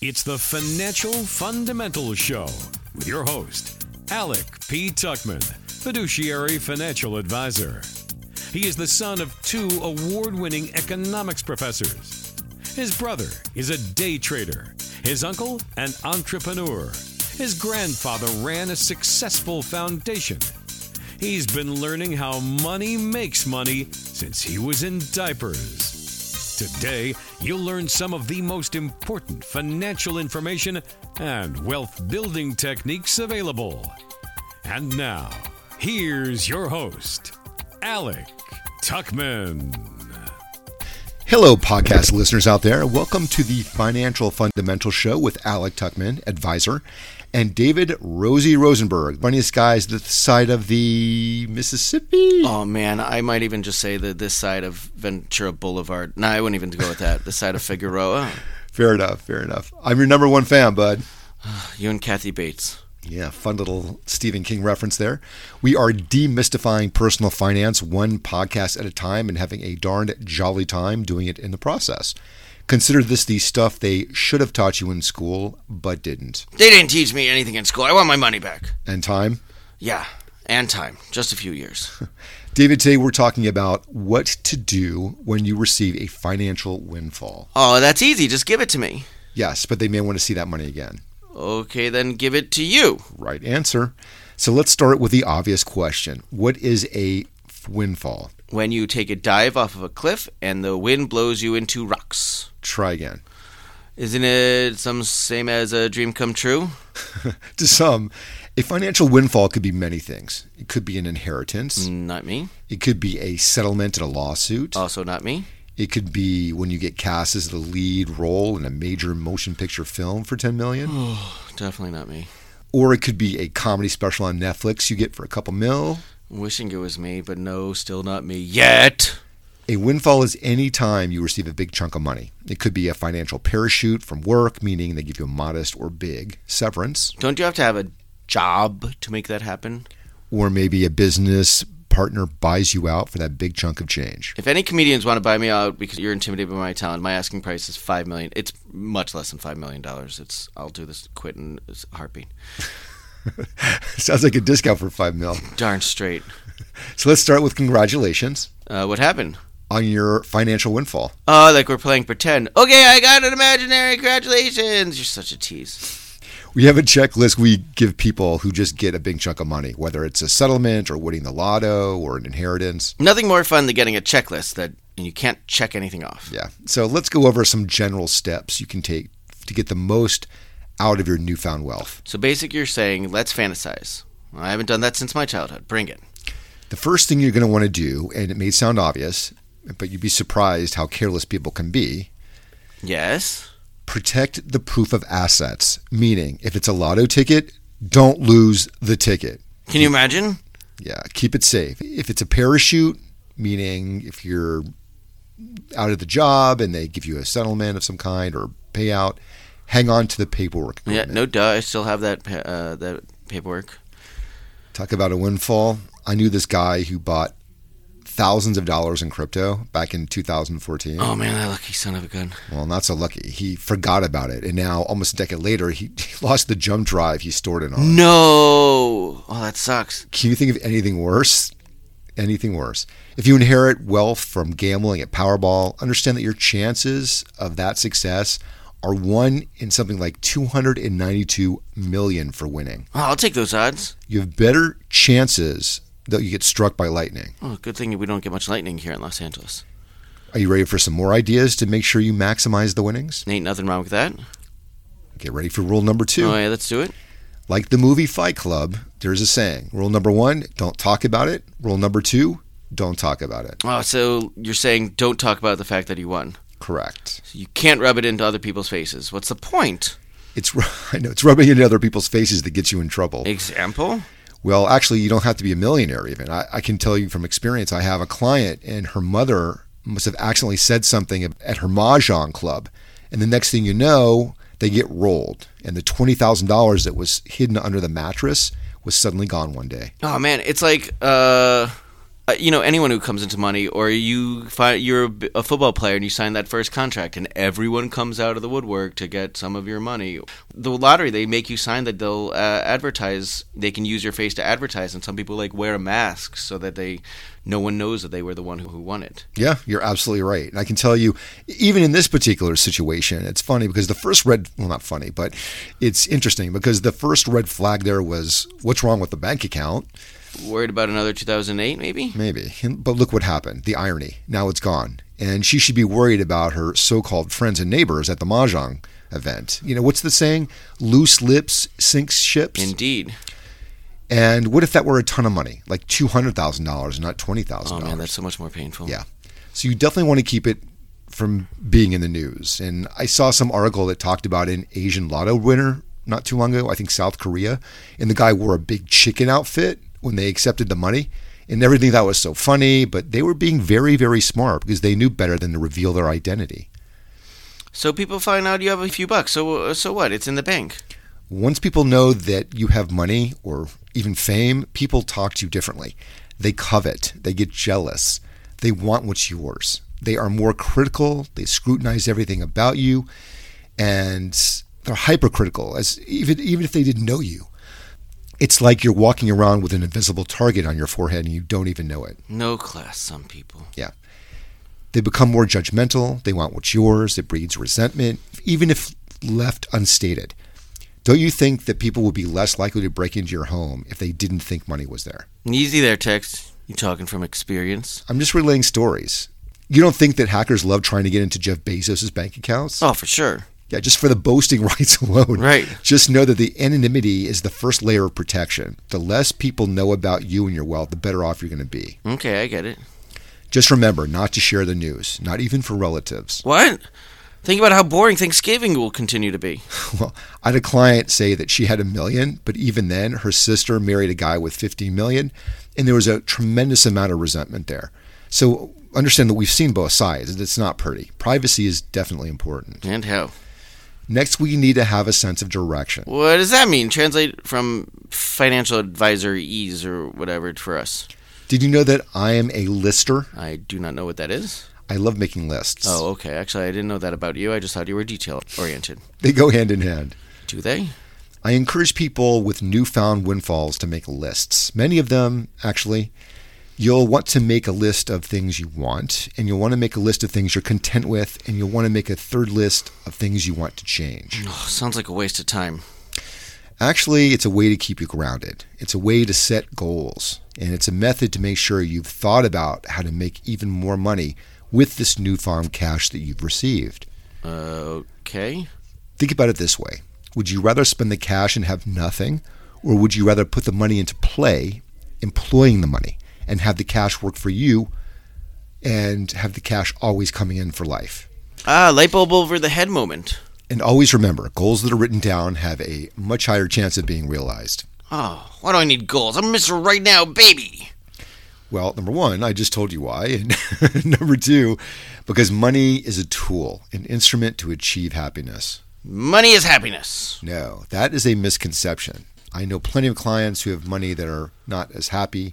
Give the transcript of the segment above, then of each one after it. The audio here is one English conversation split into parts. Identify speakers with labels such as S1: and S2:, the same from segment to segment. S1: It's the Financial Fundamentals Show with your host, Alec P. Tuckman, fiduciary financial advisor. He is the son of two award winning economics professors. His brother is a day trader, his uncle, an entrepreneur. His grandfather ran a successful foundation. He's been learning how money makes money since he was in diapers. Today, you'll learn some of the most important financial information and wealth building techniques available. And now, here's your host, Alec Tuckman.
S2: Hello, podcast listeners out there. Welcome to the Financial Fundamental Show with Alec Tuckman, advisor, and David Rosie Rosenberg, funniest guys this side of the Mississippi.
S3: Oh man, I might even just say that this side of Ventura Boulevard. No, I wouldn't even go with that. This side of Figueroa. oh,
S2: Fair enough, fair enough. I'm your number one fan, bud.
S3: You and Kathy Bates.
S2: Yeah, fun little Stephen King reference there. We are demystifying personal finance one podcast at a time and having a darned jolly time doing it in the process. Consider this the stuff they should have taught you in school but didn't.
S3: They didn't teach me anything in school. I want my money back.
S2: And time?
S3: Yeah, and time. Just a few years.
S2: David, today we're talking about what to do when you receive a financial windfall.
S3: Oh, that's easy. Just give it to me.
S2: Yes, but they may want to see that money again.
S3: Okay, then give it to you.
S2: Right answer. So let's start with the obvious question What is a windfall?
S3: When you take a dive off of a cliff and the wind blows you into rocks.
S2: Try again.
S3: Isn't it some same as a dream come true?
S2: To some, a financial windfall could be many things. It could be an inheritance,
S3: Not me.
S2: it could be a settlement in a lawsuit,
S3: Also not me.
S2: it could be when you get cast as the lead role in a major motion picture film for 10 million,
S3: Definitely not me.
S2: or it could be a comedy special on Netflix you get for a couple mil.
S3: Wishing it was me, but no, still not me yet.
S2: A windfall is any time you receive a big chunk of money. It could be a financial parachute from work, meaning they give you a modest or big severance,
S3: Don't you have to have a job to make that happen?
S2: or maybe a business partner buys you out for that big chunk of change.
S3: If any comedians want to buy me out because you're intimidated by my talent, my asking price is five million. It's much less than five million dollars. It's I'll do this quit in a heartbeat.
S2: Sounds like a discount for five mil.
S3: Darn straight.
S2: So let's start with congratulations
S3: Uh, what happened?
S2: on your financial windfall.
S3: Oh, like we're playing pretend. Okay, I got an imaginary. Congratulations. You're such a tease.
S2: We have a checklist we give people who just get a big chunk of money, whether it's a settlement or winning the lotto or an inheritance.
S3: Nothing more fun than getting a checklist that and you can't check anything off.
S2: Yeah. So let's go over some general steps you can take to get the most out of your newfound wealth.
S3: So basically, you're saying let's fantasize. I haven't done that since my childhood. Bring it.
S2: The first thing you're going to want to do, and it may sound obvious, but you'd be surprised how careless people can be,
S3: Yes.
S2: protect the proof of assets. Meaning, if it's a lotto ticket, don't lose the ticket.
S3: Can you imagine?
S2: Yeah, keep it safe. If it's a parachute, meaning if you're out of the job and they give you a settlement of some kind or payout, hang on to the paperwork.
S3: Yeah,
S2: agreement.
S3: no duh. I still have that pa- uh, that paperwork.
S2: Talk about a windfall. I knew this guy who bought thousands of dollars in crypto back in 2014.
S3: Oh man, that lucky son of a gun.
S2: Well, not so lucky. He forgot about it, and now almost a decade later, he, he lost the jump drive he stored it on.
S3: No. Oh, that sucks.
S2: Can you think of anything worse? Anything worse? If you inherit wealth from gambling at Powerball, understand that your chances of that success are one in something like 292 million for winning.
S3: Oh, I'll take those odds.
S2: You have better chances that you get struck by lightning.
S3: Oh, good thing we don't get much lightning here in Los Angeles.
S2: Are you ready for some more ideas to make sure you maximize the winnings?
S3: Ain't nothing wrong with that.
S2: Get ready for rule number two.
S3: Oh yeah, let's do it.
S2: Like the movie Fight Club, there's a saying rule number one, don't talk about it. Rule number two, don't talk about it.
S3: Oh, so you're saying don't talk about the fact that you won.
S2: Correct.
S3: So you can't rub it into other people's faces. What's the point?
S2: It's I know it's rubbing it in other people's faces that gets you in trouble.
S3: Example?
S2: Well, actually, you don't have to be a millionaire. Even I, I can tell you from experience. I have a client, and her mother must have accidentally said something at her mahjong club, and the next thing you know, they get rolled, and the twenty thousand dollars that was hidden under the mattress was suddenly gone one day.
S3: Oh man, it's like uh uh, you know anyone who comes into money or you find you're a b- a football player and you sign that first contract and everyone comes out of the woodwork to get some of your money the lottery they make you sign that they'll uh, advertise they can use your face to advertise and some people like wear a mask so that they no one knows that they were the one who, who won it
S2: Yeah, you're absolutely right. And I can tell you, even in this particular situation, it's funny because the first red, well, not funny, but it's interesting because the first red flag there was what's wrong with the bank account?
S3: worried about another 2008 maybe
S2: Maybe. And- But look what happened the irony. Now it's gone. And she should be worried about her so called friends and neighbors at the Mahjong event. You know, what's the saying? Loose lips sinks ships.
S3: indeed
S2: and what if that were a ton of money, like $200,000, not $20,000?
S3: oh man that's so much more painful
S2: Yeah. So you definitely want to keep it from being in the news. And I saw some article that talked about an Asian lotto winner not too long ago, I think South Korea, and the guy wore a big chicken outfit when they accepted the money. And everything that was so funny, but they were being very, very smart because they knew better than to reveal their identity.
S3: so people find out you have a few bucks so uh, so what it's in the bank
S2: Once people know that you have money or even fame, people talk to you differently. They covet, they get jealous, they want what's yours. They are more critical, they scrutinize everything about you, and they're hypercritical, as even, even if they didn't know you. It's like you're walking around with an invisible target on your forehead and you don't even know it.
S3: no class some people
S2: They become more judgmental. They want what's yours. It breeds resentment, even if left unstated. Don't you think that people would be less likely to break into your home if they didn't think money was there?
S3: easy there tex you talking from experience
S2: I'm just relaying stories. You don't think that hackers love trying to get into Jeff Bezos' bank accounts?
S3: oh for sure
S2: Yeah, just for the boasting rights alone.
S3: Right.
S2: Just know that the anonymity is the first layer of protection. The less people know about you and your wealth, the better off you're going to be.
S3: okay i get it
S2: Just remember not to share the news, not even for relatives.
S3: What? Think about how boring Thanksgiving will continue to be.
S2: Well, I had a client say that she had a million, but even then, her sister married a guy with 15 million, and there was a tremendous amount of resentment there. So understand that we've seen both sides, and it's not pretty. Privacy is definitely important.
S3: And how?
S2: Next, we need to have a sense of direction.
S3: What does that mean? Translate from financial advisor ease or whatever for us.
S2: Did you know that I am a lister?
S3: I do not know what that is.
S2: I love making lists.
S3: Oh, okay. Actually, I didn't know that about you. I just thought you were detail oriented.
S2: They go hand in hand.
S3: Do they?
S2: I encourage people with newfound windfalls to make lists. Many of them, actually, you'll want to make a list of things you want, and you'll want to make a list of things you're content with, and you'll want to make a third list of things you want to change.
S3: Oh, sounds like a waste of time.
S2: Actually, it's a way to keep you grounded, it's a way to set goals, and it's a method to make sure you've thought about how to make even more money with this newfound cash that you've received.
S3: Uh, okay.
S2: Think about it this way Would you rather spend the cash and have nothing, or would you rather put the money into play, employing the money, and have the cash work for you and have the cash always coming in for life?
S3: Ah, light bulb over the head moment.
S2: And always remember goals that are written down have a much higher chance of being realized.
S3: Oh, why do I need goals? I'm miserable right now, baby.
S2: Well, number one, I just told you why. And number two, because money is a tool, an instrument to achieve happiness.
S3: Money is happiness.
S2: No, that is a misconception. I know plenty of clients who have money that are not as happy.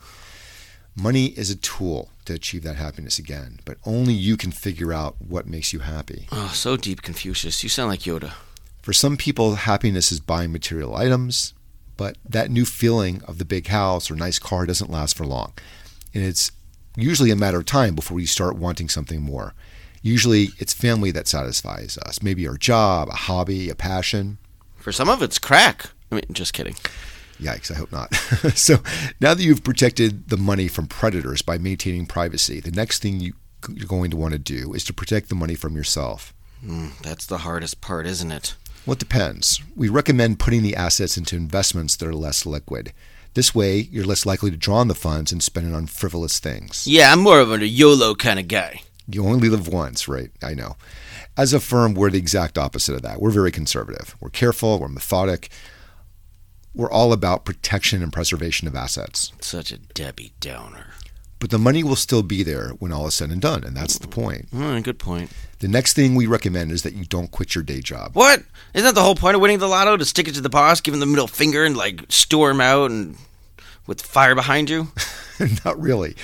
S2: Money is a tool to achieve that happiness again, but only you can figure out what makes you happy.
S3: Oh, so deep, Confucius. You sound like Yoda.
S2: For some people, happiness is buying material items, but that new feeling of the big house or nice car doesn't last for long. And it's usually a matter of time before you start wanting something more. Usually, it's family that satisfies us, maybe our job, a hobby, a passion.
S3: For some of it's crack. I mean, just kidding.
S2: Yikes, I hope not. so now that you've protected the money from predators by maintaining privacy, the next thing you, you're going to want to do is to protect the money from yourself.
S3: Mm, that's the hardest part, isn't it?
S2: Well, it depends. We recommend putting the assets into investments that are less liquid. This way, you're less likely to draw on the funds and spend it on frivolous things.
S3: Yeah, I'm more of a YOLO kind of guy.
S2: You only live once, right? I know. As a firm, we're the exact opposite of that. We're very conservative. We're careful, we're methodic. We're all about protection and preservation of assets.
S3: Such a Debbie Downer.
S2: but the money will still be there when all is said and done, and that's the point.
S3: Mm, good point.
S2: The next thing we recommend is that you don't quit your day job.
S3: What? Isn't that the whole point of winning the lotto? To stick it to the boss, give him the middle finger, and like storm out and with fire behind you?
S2: Not really.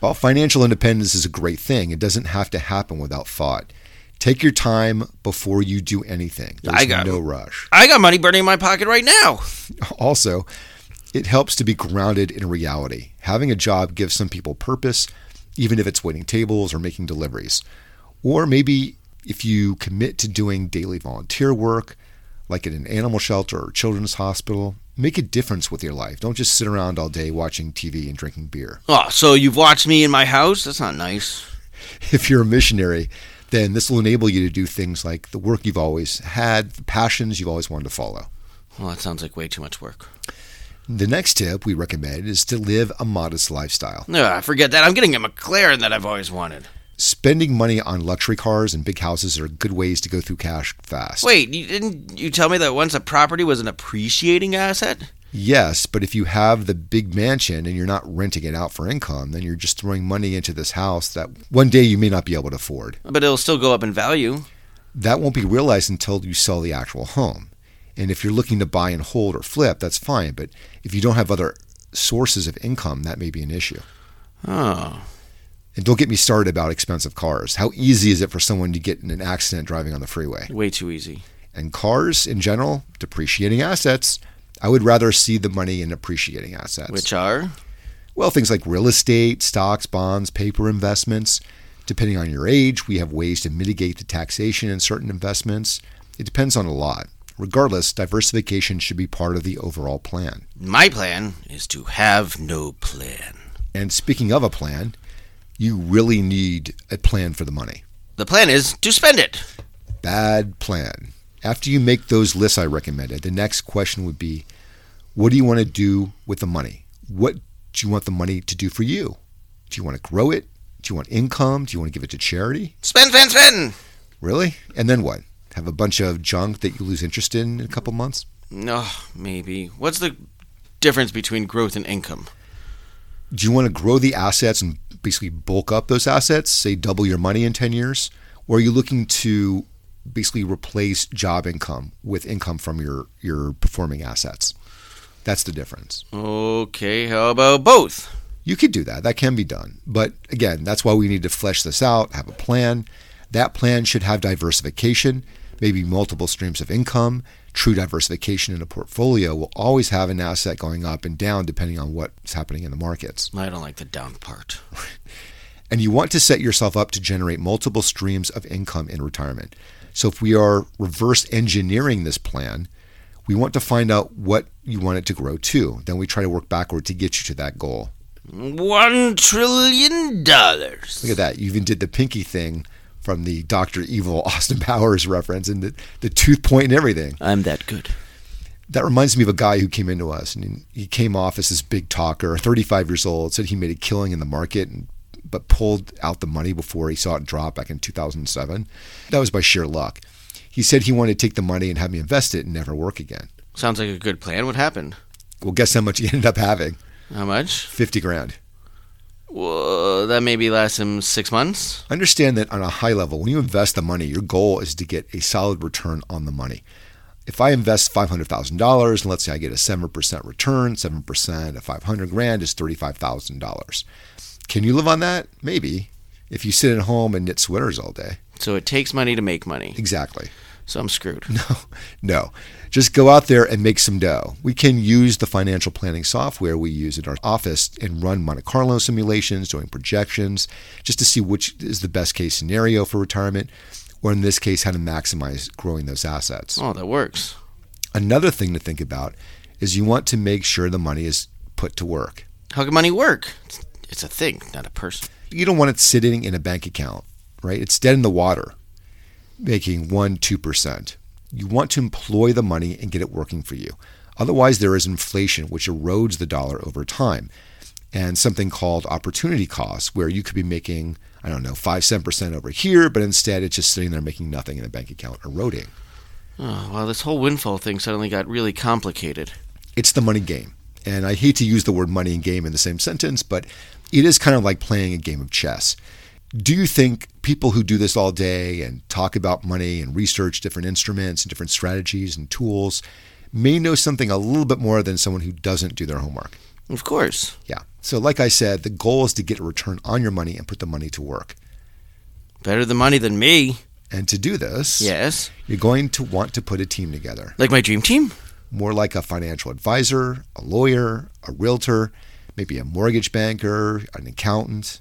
S2: While financial independence is a great thing, it doesn't have to happen without thought. Take your time before you do anything. There's
S3: I got-
S2: no rush.
S3: I got money burning in my pocket right now.
S2: Also, it helps to be grounded in reality. Having a job gives some people purpose, even if it's waiting tables or making deliveries. Or maybe if you commit to doing daily volunteer work, like at an animal shelter or children's hospital, make a difference with your life. Don't just sit around all day watching TV and drinking beer.
S3: Oh, so you've watched me in my house? That's not nice.
S2: if you're a missionary, then this will enable you to do things like the work you've always had, the passions you've always wanted to follow.
S3: Well, that sounds like way too much work.
S2: The next tip we recommend is to live a modest lifestyle.
S3: No, forget that. I'm getting a McLaren that I've always wanted.
S2: Spending money on luxury cars and big houses are good ways to go through cash fast.
S3: Wait, you didn't you tell me that once a property was an appreciating asset?
S2: Yes, but if you have the big mansion and you're not renting it out for income, then you're just throwing money into this house that one day you may not be able to afford.
S3: But it'll still go up in value.
S2: that won't be realized until you sell the actual home. And if you're looking to buy and hold or flip, that's fine. But if you don't have other sources of income, that may be an issue.
S3: Oh.
S2: And don't get me started about expensive cars. How easy is it for someone to get in an accident driving on the freeway?
S3: Way too easy.
S2: And cars in general, depreciating assets. I would rather see the money in appreciating assets.
S3: Which are?
S2: Well, things like real estate, stocks, bonds, paper investments. Depending on your age, we have ways to mitigate the taxation in certain investments. It depends on a lot. Regardless, diversification should be part of the overall plan.
S3: My plan is to have no plan.
S2: And speaking of a plan, you really need a plan for the money.
S3: The plan is to spend it.
S2: Bad plan. After you make those lists I recommended, the next question would be what do you want to do with the money? What do you want the money to do for you? Do you want to grow it? Do you want income? Do you want to give it to charity?
S3: Spend, spend, spend.
S2: Really? And then what? Have a bunch of junk that you lose interest in in a couple months?
S3: No, Oh, maybe. What's the difference between growth and income?
S2: Do you want to grow the assets and basically bulk up those assets, say double your money in 10 years? Or are you looking to basically replace job income with income from your, your performing assets? That's the difference.
S3: Okay, how about both?
S2: You could do that. That can be done. But again, that's why we need to flesh this out, have a plan. That plan should have diversification, maybe multiple streams of income. True diversification in a portfolio will always have an asset going up and down depending on what's happening in the markets.
S3: I don't like the down part.
S2: And you want to set yourself up to generate multiple streams of income in retirement. So if we are reverse engineering this plan, we want to find out what you want it to grow to. Then we try to work backward to get you to that goal.
S3: One trillion dollars.
S2: Look at that. You even did the pinky thing from the Dr. Evil Austin Powers reference and the, the tooth point and everything.
S3: I'm that good.
S2: That reminds me of a guy who came into us and he came off as this big talker, 35 years old, said he made a killing in the market and but pulled out the money before he saw it drop back in 2007. That was by sheer luck. He said he wanted to take the money and have me invest it and never work again.
S3: Sounds like a good plan. What happened?
S2: Well, guess how much he ended up having?
S3: How much?
S2: 50 grand.
S3: Well, that maybe lasts him six months.
S2: Understand that on a high level, when you invest the money, your goal is to get a solid return on the money. If I invest five hundred thousand dollars, and let's say I get a seven percent return, seven percent of five hundred grand is thirty-five thousand dollars. Can you live on that? Maybe, if you sit at home and knit sweaters all day.
S3: So it takes money to make money.
S2: Exactly.
S3: So I'm screwed.
S2: No, just go out there and make some dough. We can use the financial planning software we use in our office and run Monte Carlo simulations, doing projections, just to see which is the best case scenario for retirement, or in this case, how to maximize growing those assets.
S3: Oh, that works.
S2: Another thing to think about is you want to make sure the money is put to work.
S3: How can money work? It's, it's a thing, not a person.
S2: You don't want it sitting in a bank account, right? It's dead in the water, making 1%, 2%. You want to employ the money and get it working for you. Otherwise, there is inflation, which erodes the dollar over time, and something called opportunity costs, where you could be making, I don't know, 5 7% over here, but instead it's just sitting there making nothing in a bank account, eroding.
S3: Oh, well, this whole windfall thing suddenly got really complicated.
S2: it's the money game. And I hate to use the word money and game in the same sentence, but it is kind of like playing a game of chess. Do you think people who do this all day and talk about money and research different instruments and different strategies and tools may know something a little bit more than someone who doesn't do their homework?
S3: Of course.
S2: Yeah. So, like I said, the goal is to get a return on your money and put the money to work.
S3: Better the money than me.
S2: And to do this,
S3: Yes.
S2: you're going to want to put a team together,
S3: Like my dream team?
S2: more like a financial advisor, a lawyer, a realtor, maybe a mortgage banker, an accountant.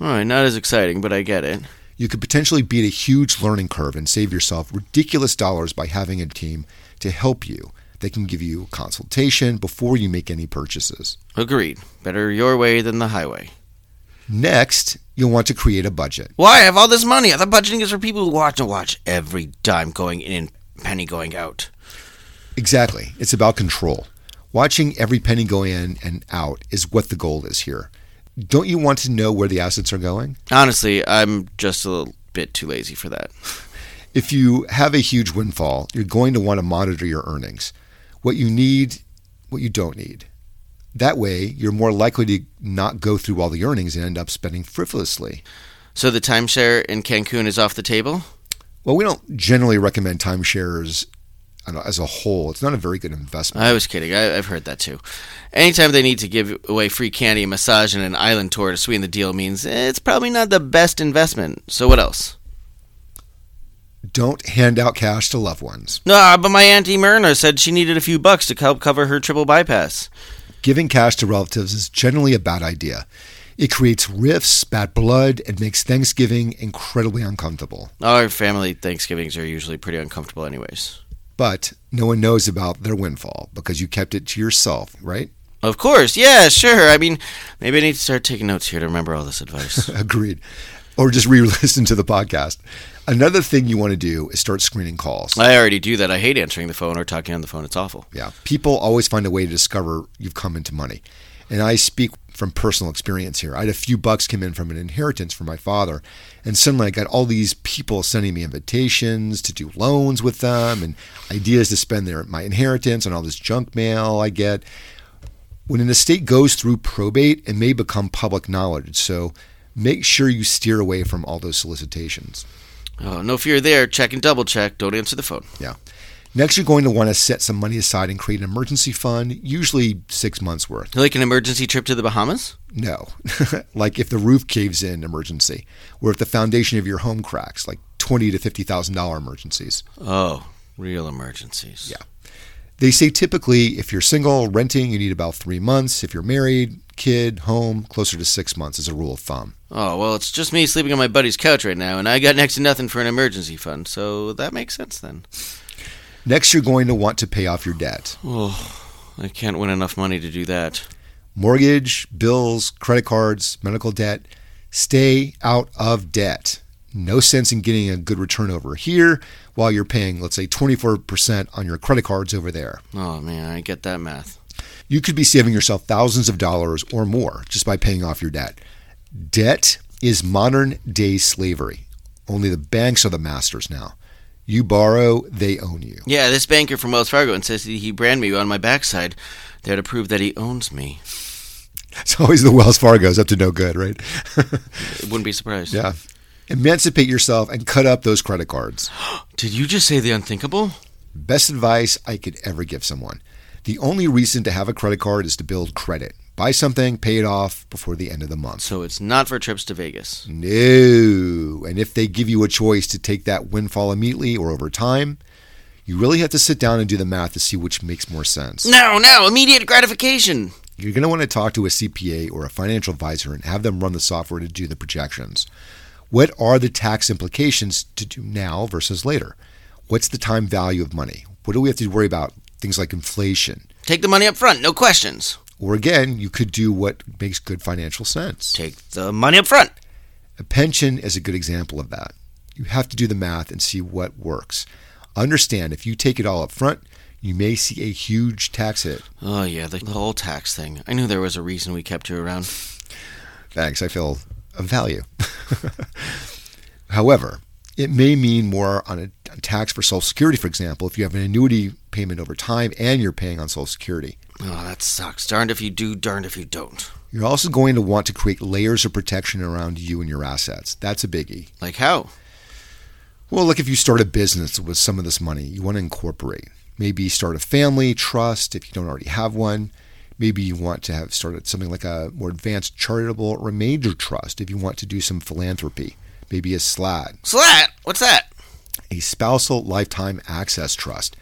S3: All right, not as exciting, but I get it.
S2: You could potentially beat a huge learning curve and save yourself ridiculous dollars by having a team to help you. They can give you consultation before you make any purchases.
S3: Agreed. Better your way than the highway.
S2: Next, you'll want to create a budget.
S3: Well, I have all this money. I thought budgeting is for people who watch and watch every dime going in and penny going out.
S2: Exactly. It's about control. Watching every penny go in and out is what the goal is here. Don't you want to know where the assets are going?
S3: Honestly, I'm just a little bit too lazy for that.
S2: If you have a huge windfall, you're going to want to monitor your earnings. What you need, what you don't need. That way, you're more likely to not go through all the earnings and end up spending frivolously.
S3: So the timeshare in Cancun is off the table?
S2: Well, we don't generally recommend timeshares I don't know, as a whole. It's not a very good investment.
S3: I was kidding. I, I've heard that too. Anytime they need to give away free candy, a massage, and an island tour to sweeten the deal means it's probably not the best investment. So what else?
S2: Don't hand out cash to loved ones.
S3: No, but my auntie Myrna said she needed a few bucks to help cover her triple bypass.
S2: Giving cash to relatives is generally a bad idea. It creates rifts, bad blood, and makes Thanksgiving incredibly uncomfortable.
S3: Our family Thanksgivings are usually pretty uncomfortable, anyways.
S2: But no one knows about their windfall because you kept it to yourself, right?
S3: Of course, yeah, sure. I mean, maybe I need to start taking notes here to remember all this advice.
S2: Agreed. Or just re listen to the podcast. Another thing you want to do is start screening calls.
S3: I already do that. I hate answering the phone or talking on the phone. It's awful.
S2: Yeah. People always find a way to discover you've come into money. And I speak from personal experience here. I had a few bucks come in from an inheritance from my father, and suddenly I got all these people sending me invitations to do loans with them and ideas to spend their my inheritance and all this junk mail I get. When an estate goes through probate, it may become public knowledge. So make sure you steer away from all those solicitations.
S3: Oh, no fear there. Check and double check. Don't answer the phone.
S2: Yeah. Next, you're going to want to set some money aside and create an emergency fund, usually six months worth.
S3: Like an emergency trip to the Bahamas?
S2: No. like if the roof caves in emergency, or if the foundation of your home cracks, like twenty to fifty thousand dollar emergencies.
S3: Oh, real emergencies.
S2: Yeah. They say typically if you're single, renting, you need about three months. If you're married, kid, home, closer to six months is a rule of thumb.
S3: Oh, well, it's just me sleeping on my buddy's couch right now, and I got next to nothing for an emergency fund, so that makes sense then.
S2: Next you're going to want to pay off your debt.
S3: Oh, I can't win enough money to do that.
S2: Mortgage, bills, credit cards, medical debt. Stay out of debt. No sense in getting a good return over here while you're paying, let's say, 24% on your credit cards over there.
S3: Oh, man, I get that math.
S2: you could be saving yourself thousands of dollars or more just by paying off your debt. Debt is modern day slavery. Only the banks are the masters now. You borrow, they own you.
S3: Yeah, this banker from Wells Fargo insisted he brand me on my backside there to prove that he owns me.
S2: It's always the Wells Fargo's up to no good, right?
S3: Wouldn't be surprised.
S2: yeah. Emancipate yourself and cut up those credit cards.
S3: Did you just say the unthinkable?
S2: Best advice I could ever give someone. The only reason to have a credit card is to build credit. Buy something, pay it off before the end of the month.
S3: So it's not for trips to Vegas.
S2: No. And if they give you a choice to take that windfall immediately or over time, you really have to sit down and do the math to see which makes more sense.
S3: No, no, immediate gratification.
S2: You're going to want to talk to a CPA or a financial advisor and have them run the software to do the projections. What are the tax implications to do now versus later? What's the time value of money? What do we have to worry about? Things like inflation.
S3: Take the money up front, no questions.
S2: Or again, you could do what makes good financial sense.
S3: Take the money up front.
S2: A pension is a good example of that. You have to do the math and see what works. Understand if you take it all up front, you may see a huge tax hit.
S3: Oh, yeah, the the whole tax thing. I knew there was a reason we kept you around.
S2: Thanks, I feel of value. However, it may mean more on a a tax for Social Security, for example, if you have an annuity payment over time and you're paying on Social Security.
S3: Oh, that sucks. Darned if you do, darned if you don't.
S2: You're also going to want to create layers of protection around you and your assets. That's a biggie.
S3: Like how?
S2: Well, look, if you start a business with some of this money, you want to incorporate. Maybe start a family trust if you don't already have one. Maybe you want to have started something like a more advanced charitable remainder trust if you want to do some philanthropy. Maybe a SLAT,
S3: Slat. What's that?
S2: a spousal lifetime access trust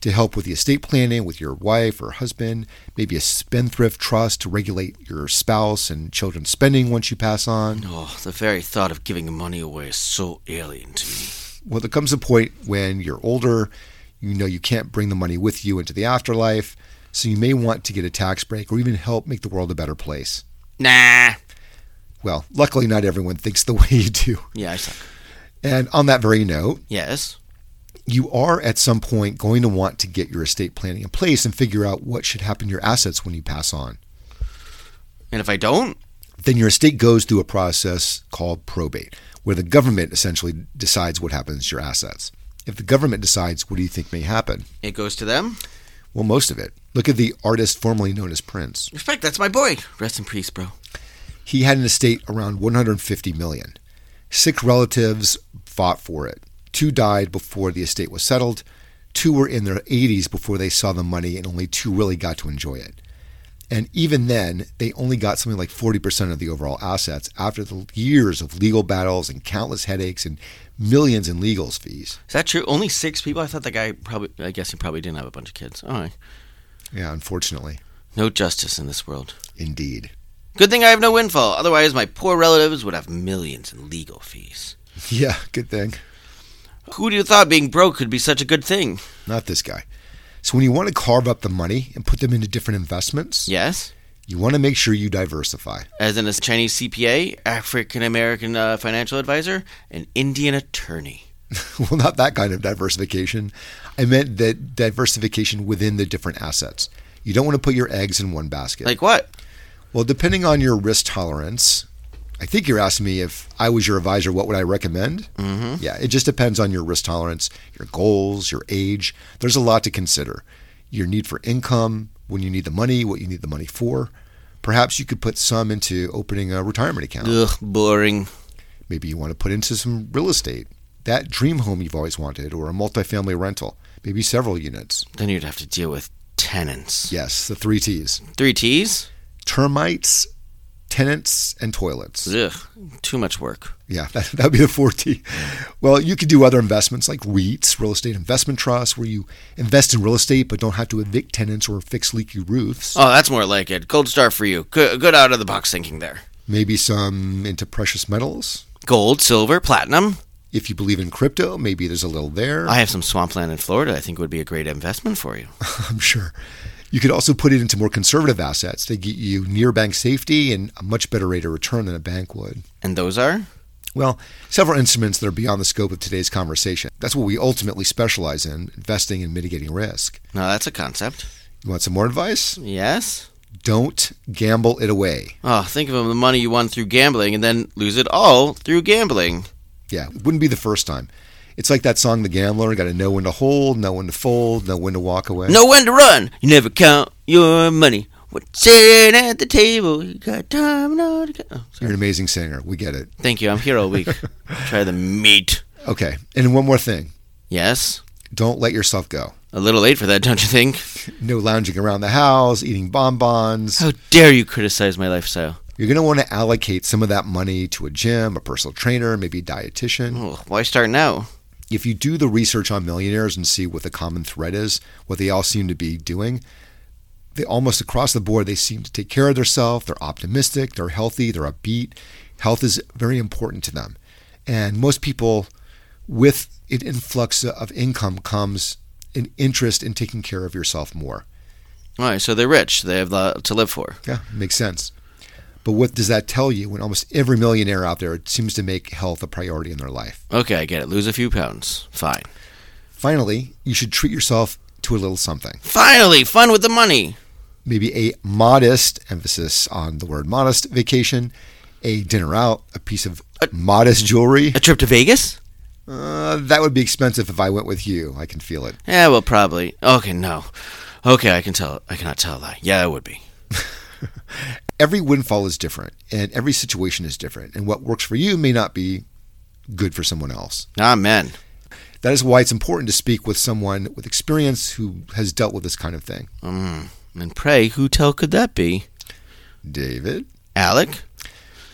S2: to help with the estate planning with your wife or husband, maybe a spendthrift trust to regulate your spouse and children's spending once you pass on.
S3: Oh, the very thought of giving money away is so alien to me.
S2: Well, there comes a point when you're older, you know you can't bring the money with you into the afterlife, so you may want to get a tax break or even help make the world a better place.
S3: Nah.
S2: Well, luckily, not everyone thinks the way you do.
S3: Yeah, I suck.
S2: And on that very note,
S3: Yes.
S2: you are at some point going to want to get your estate planning in place and figure out what should happen to your assets when you pass on.
S3: And if I don't,
S2: Then your estate goes through a process called probate, where the government essentially decides what happens to your assets. If the government decides, what do you think may happen?
S3: it goes to them.
S2: Well, most of it. Look at the artist formerly known as Prince.
S3: Respect, that's my boy. Rest in peace, bro.
S2: He had an estate around 150 million. Six relatives fought for it. Two died before the estate was settled. Two were in their 80s before they saw the money, and only two really got to enjoy it. And even then, they only got something like 40% of the overall assets after the years of legal battles and countless headaches and millions in legals fees.
S3: Is that true? Only six people? I thought the guy probably, I guess he probably didn't have a bunch of kids. All right.
S2: Yeah, unfortunately.
S3: No justice in this world.
S2: Indeed.
S3: Good thing I have no windfall. Otherwise, my poor relatives would have millions in legal fees.
S2: Yeah, good thing.
S3: Who would have thought being broke could be such a good thing?
S2: Not this guy. So when you want to carve up the money and put them into different investments,
S3: Yes.
S2: you want to make sure you diversify.
S3: As in a Chinese CPA, African American uh, financial advisor, an Indian attorney.
S2: well, not that kind of diversification. I meant that diversification within the different assets. You don't want to put your eggs in one basket.
S3: Like what?
S2: well, depending on your risk tolerance, I think you're asking me if I was your advisor, what would I recommend? Mm-hmm. Yeah, it just depends on your risk tolerance, your goals, your age. There's a lot to consider. Your need for income, when you need the money, what you need the money for. Perhaps you could put some into opening a retirement account.
S3: Ugh, boring.
S2: Maybe you want to put into some real estate, that dream home you've always wanted, or a multifamily rental, maybe several units.
S3: Then you'd have to deal with tenants.
S2: Yes, the three T's
S3: Three T's?
S2: termites, tenants, and toilets.
S3: Ugh, too much work.
S2: Yeah, that would be the four T. Well, you could do other investments like REITs, real estate investment trusts, where you invest in real estate but don't have to evict tenants or fix leaky roofs.
S3: Oh, that's more like it. Gold star for you. Good, good out of the box thinking there.
S2: Maybe some into precious metals.
S3: Gold, silver, platinum.
S2: If you believe in crypto, maybe there's a little there.
S3: I have some swampland in Florida. I think would be a great investment for you.
S2: I'm sure. You could also put it into more conservative assets. They get you near bank safety and a much better rate of return than a bank would.
S3: And those are
S2: Well, several instruments that are beyond the scope of today's conversation. That's what we ultimately specialize in investing and mitigating risk.
S3: no, that's a concept.
S2: You want some more advice?
S3: Yes.
S2: Don't gamble it away.
S3: Oh, think of the money you won through gambling, and then lose it all through gambling.
S2: Yeah, it wouldn't be the first time. It's like that song, The Gambler, got to know when to hold, know when to fold, know when to walk away.
S3: Know when to run. You never count your money. What's sitting at the table? You got time now to go. Oh, sorry.
S2: You're an amazing singer. We get it.
S3: Thank you. I'm here all week. Try the meat.
S2: Okay. And one more thing
S3: Yes.
S2: don't let yourself go.
S3: A little late for that, don't you think?
S2: No lounging around the house, eating bonbons.
S3: How dare you criticize my lifestyle?
S2: You're going to want to allocate some of that money to a gym, a personal trainer, maybe a dietitian.
S3: Oh, why start now?
S2: If you do the research on millionaires and see what the common thread is, what they all seem to be doing, they almost across the board, they seem to take care of themselves. They're optimistic, they're healthy, they're upbeat. Health is very important to them. And most people, with an influx of income, comes an interest in taking care of yourself more.
S3: All right, so they're rich. They have a lot to live for.
S2: Yeah, makes sense. But what does that tell you when almost every millionaire out there seems to make health a priority in their life?
S3: Okay, I get it. Lose a few pounds. Fine.
S2: Finally, you should treat yourself to a little something.
S3: Finally, fun with the money.
S2: Maybe a modest, emphasis on the word modest, vacation, a dinner out, a piece of modest jewelry.
S3: A trip to Vegas?
S2: Uh, that would be expensive if I went with you. I can feel it.
S3: Yeah, well, probably. Okay, no. Okay, I can tell. I cannot tell a lie. Yeah, it would be.
S2: Every windfall is different, and every situation is different, and what works for you may not be good for someone else.
S3: Amen.
S2: That is why it's important to speak with someone with experience who has dealt with this kind of thing.
S3: Mm. And pray, who tell could that be?
S2: David,
S3: Alec?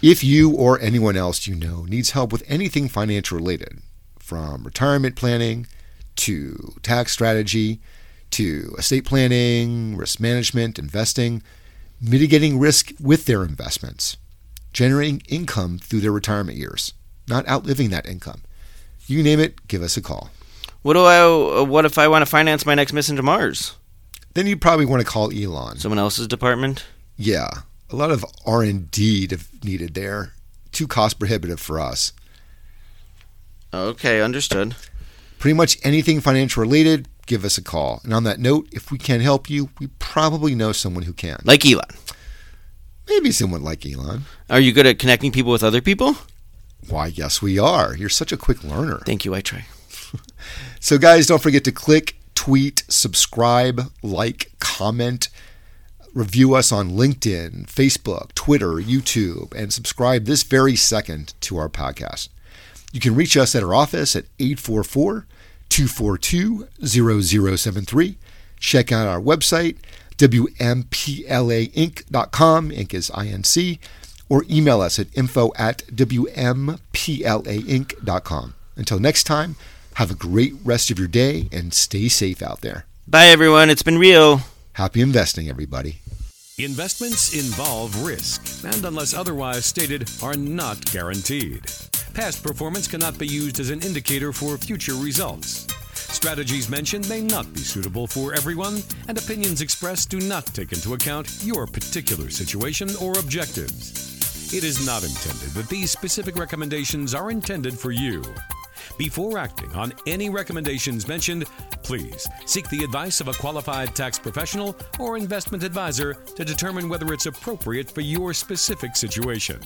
S2: if you or anyone else you know needs help with anything financial related, from retirement planning to tax strategy to estate planning, risk management, investing, mitigating risk with their investments, generating income through their retirement years, not outliving that income. You name it, give us a call.
S3: What do I? uh, What if I want to finance my next mission to Mars?
S2: Then you probably want to call Elon.
S3: Someone else's department?
S2: Yeah, a lot of R and D needed there. Too cost prohibitive for us.
S3: Okay, understood.
S2: Pretty much anything financial related, give us a call. And on that note, if we can't help you, we probably know someone who can.
S3: Like Elon.
S2: Maybe someone like Elon.
S3: Are you good at connecting people with other people?
S2: Why, yes, we are. You're such a quick learner.
S3: Thank you, I try.
S2: So, guys, don't forget to click, tweet, subscribe, like, comment, review us on LinkedIn, Facebook, Twitter, YouTube, and subscribe this very second to our podcast. You can reach us at our office at 844 242 0073. Check out our website, WMPLAinc.com, Inc is INC, or email us at info at WMPLAinc.com. Until next time, have a great rest of your day and stay safe out there.
S3: Bye, everyone. It's been real.
S2: Happy investing, everybody.
S1: Investments involve risk and, unless otherwise stated, are not guaranteed. Past performance cannot be used as an indicator for future results. Strategies mentioned may not be suitable for everyone, and opinions expressed do not take into account your particular situation or objectives. It is not intended that these specific recommendations are intended for you. Before acting on any recommendations mentioned, please seek the advice of a qualified tax professional or investment advisor to determine whether it's appropriate for your specific situation.